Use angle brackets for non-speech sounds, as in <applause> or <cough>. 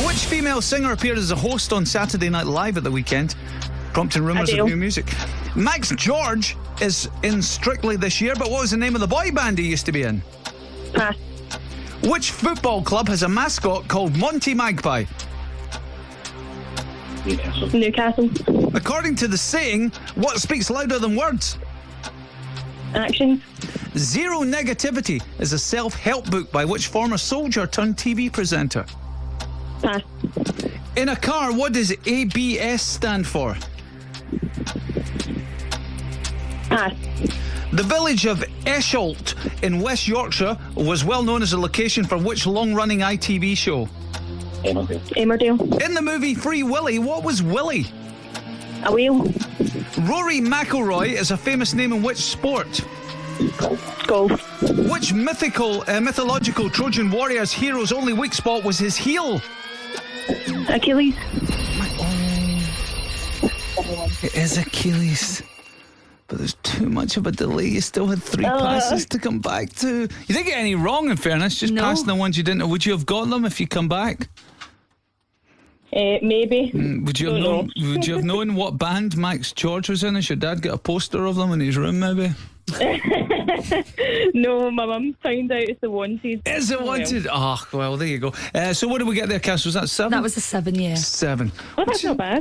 British female singer appeared as a host on Saturday Night Live at the weekend, prompting rumours of Adele. new music. Max George is in Strictly this year, but what was the name of the boy band he used to be in? Pass. Which football club has a mascot called Monty Magpie? Newcastle. According to the saying, what speaks louder than words? Action. Zero Negativity is a self help book by which former soldier turned TV presenter. Pass. In a car, what does ABS stand for? Pass. The village of Esholt in West Yorkshire was well known as a location for which long running ITV show? Emmerdale. In the movie Free Willy, what was Willy? A wheel. Rory McIlroy is a famous name in which sport? Golf. Which mythical, uh, mythological Trojan warrior's hero's only weak spot was his heel? Achilles. It is Achilles. But there's too much of a delay. You still had three Uh. passes to come back to. You didn't get any wrong, in fairness. Just No. passing the ones you didn't. know. Would you have got them if you come back? Uh, maybe. Would you have Don't known? Would you have known what band Max George was in? Has your dad got a poster of them in his room? Maybe. <laughs> No, my mum found out it's the wanted. Is it Oh, well. wanted? Ah, well, there you go. Uh, so what did we get there, Cass? Was that seven? That was a seven year. seven. Well, that's not bad.